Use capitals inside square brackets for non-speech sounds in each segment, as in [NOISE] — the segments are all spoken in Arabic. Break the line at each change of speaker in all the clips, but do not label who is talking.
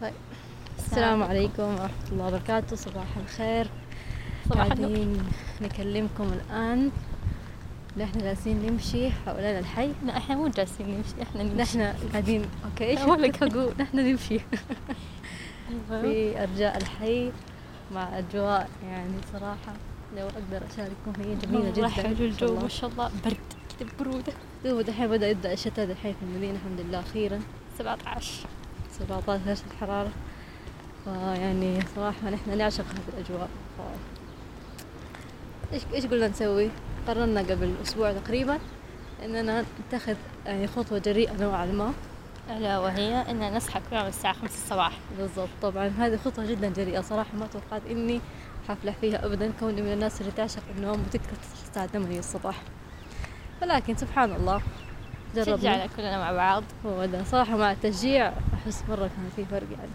طيب السلام عليكم ورحمة الله وبركاته صباح الخير
صباح النور.
قاعدين نكلمكم الآن نحن جالسين نمشي حوالين الحي
لا احنا مو جالسين نمشي احنا نمشي
نحن قاعدين اوكي ايش
أقول أه. لك.
كنت أقول؟ [LAUGHS] نحن
[LAUGHS]
نمشي
أيوة.
في أرجاء الحي مع أجواء يعني صراحة لو أقدر أشارككم هي جميلة جدا
مرة حلو الجو ما
والله.
شاء الله برد كذا برودة
دوب دحين بدأ يبدأ الشتاء دحين في المدينة الحمد لله أخيرا
17
17 درجة الحرارة فيعني صراحة نحن نعشق هذه الأجواء ف- إيش إيش قلنا نسوي؟ قررنا قبل أسبوع تقريبا إننا نتخذ يعني خطوة جريئة نوعا ما
ألا وهي أن نصحى كل يوم الساعة 5 الصباح
بالضبط طبعا هذه خطوة جدا جريئة صراحة ما توقعت إني حفلح فيها أبدا كوني من الناس اللي تعشق النوم وتكره تصحى الساعة 8 الصبح ولكن سبحان الله جربنا
شجعنا كلنا مع بعض
هو ده صراحة مع التشجيع أحس مرة كان في فرق يعني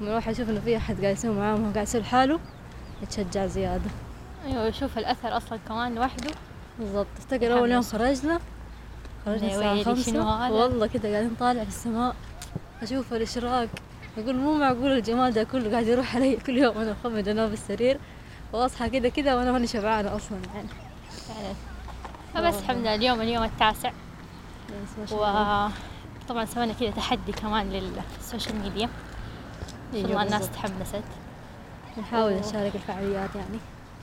لما الواحد يشوف إنه في أحد قاعد يسوي معاه وهو قاعد يسوي لحاله يتشجع زيادة
أيوة شوف الأثر أصلا كمان لوحده
بالضبط تفتكر أول يوم
يحمس.
خرجنا خرجنا
يا
الساعة
ويلي شنو
خمسة
هذا؟
والله كده قاعدين طالع في السماء أشوف الإشراق أقول مو معقول الجمال ده كله قاعد يروح علي كل يوم وأنا مخمد أنام في السرير وأصحى كده كده وأنا ماني شبعانة أصلا يعني
فعلا فبس الحمد لله اليوم اليوم التاسع
بس ما شاء الله.
وطبعا سوينا كذا تحدي كمان للسوشيال ميديا
إيوه
طبعا الناس
بالضبط.
تحمست
نحاول
و-
نشارك الفعاليات يعني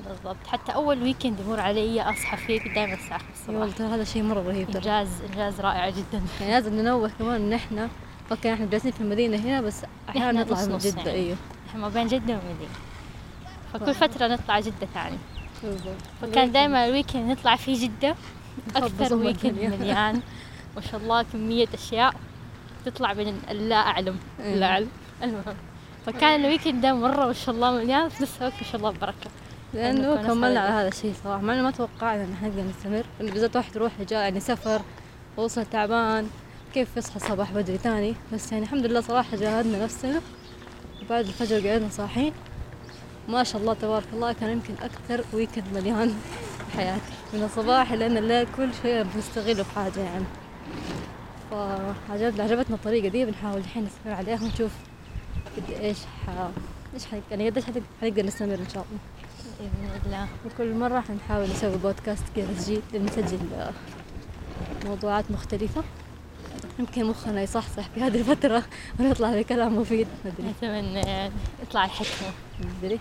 بالضبط حتى أول ويكند يمر علي أصحى فيه دائما الساعة 5
يا
الصباح
ولد ترى هذا شيء مرة رهيب ترى
إنجاز إنجاز رائع جدا
يعني لازم ننوه كمان ان احنا اوكي احنا جالسين في المدينة هنا بس احيانا
إحنا
نطلع
نص
من
نص
جدة
يعني.
ايوه
إحنا [LAUGHS] ما بين جدة والمدينة فكل
طبعاً.
فترة نطلع جدة ثاني
بالضبط
فكان دائما الويكند نطلع فيه جدة
نخبص
أكثر
أم
ويكند
الدنيا.
مليان ما شاء الله كمية أشياء تطلع من اللا أعلم
إيه.
لا أعلم المهم فكان الويكند ده مرة ما شاء الله مليان في نفس الوقت ما شاء الله بركة
لانه
كنا
كملنا على
سعيدة.
هذا الشيء صراحة مع انه ما توقعنا ان احنا نقدر نستمر انه بالذات واحد يروح جاء يعني سفر وصل تعبان كيف يصحى الصباح بدري تاني بس يعني الحمد لله صراحة جاهدنا نفسنا وبعد الفجر قعدنا صاحيين ما شاء الله تبارك الله كان يمكن أكثر ويكند مليان في حياتي من الصباح لين الليل كل شيء بنستغله في حاجة يعني فعجبنا عجبتنا الطريقة دي بنحاول الحين نستمر عليها ونشوف قد إيش ح... إيش حن... يعني قد إيش حتق- حنقدر نستمر إن شاء الله
بإذن الله
وكل مرة حنحاول نسوي بودكاست كذا تسجيل نسجل آه، موضوعات مختلفة يمكن مخنا يصحصح في هذه الفترة ونطلع بكلام مفيد مدري
أتمنى يطلع الحكمة
مدري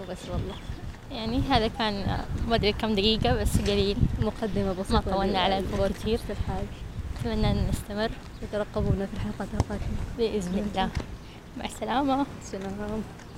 وبس والله
يعني هذا كان ما أدري كم دقيقة بس قليل
مقدمة بسيطة
طولنا عليكم
للبودكاست
كتير.
الحالي
أتمنى أن نستمر
ترقبونا في الحلقات القادمة
بإذن الله مع السلامة
سلام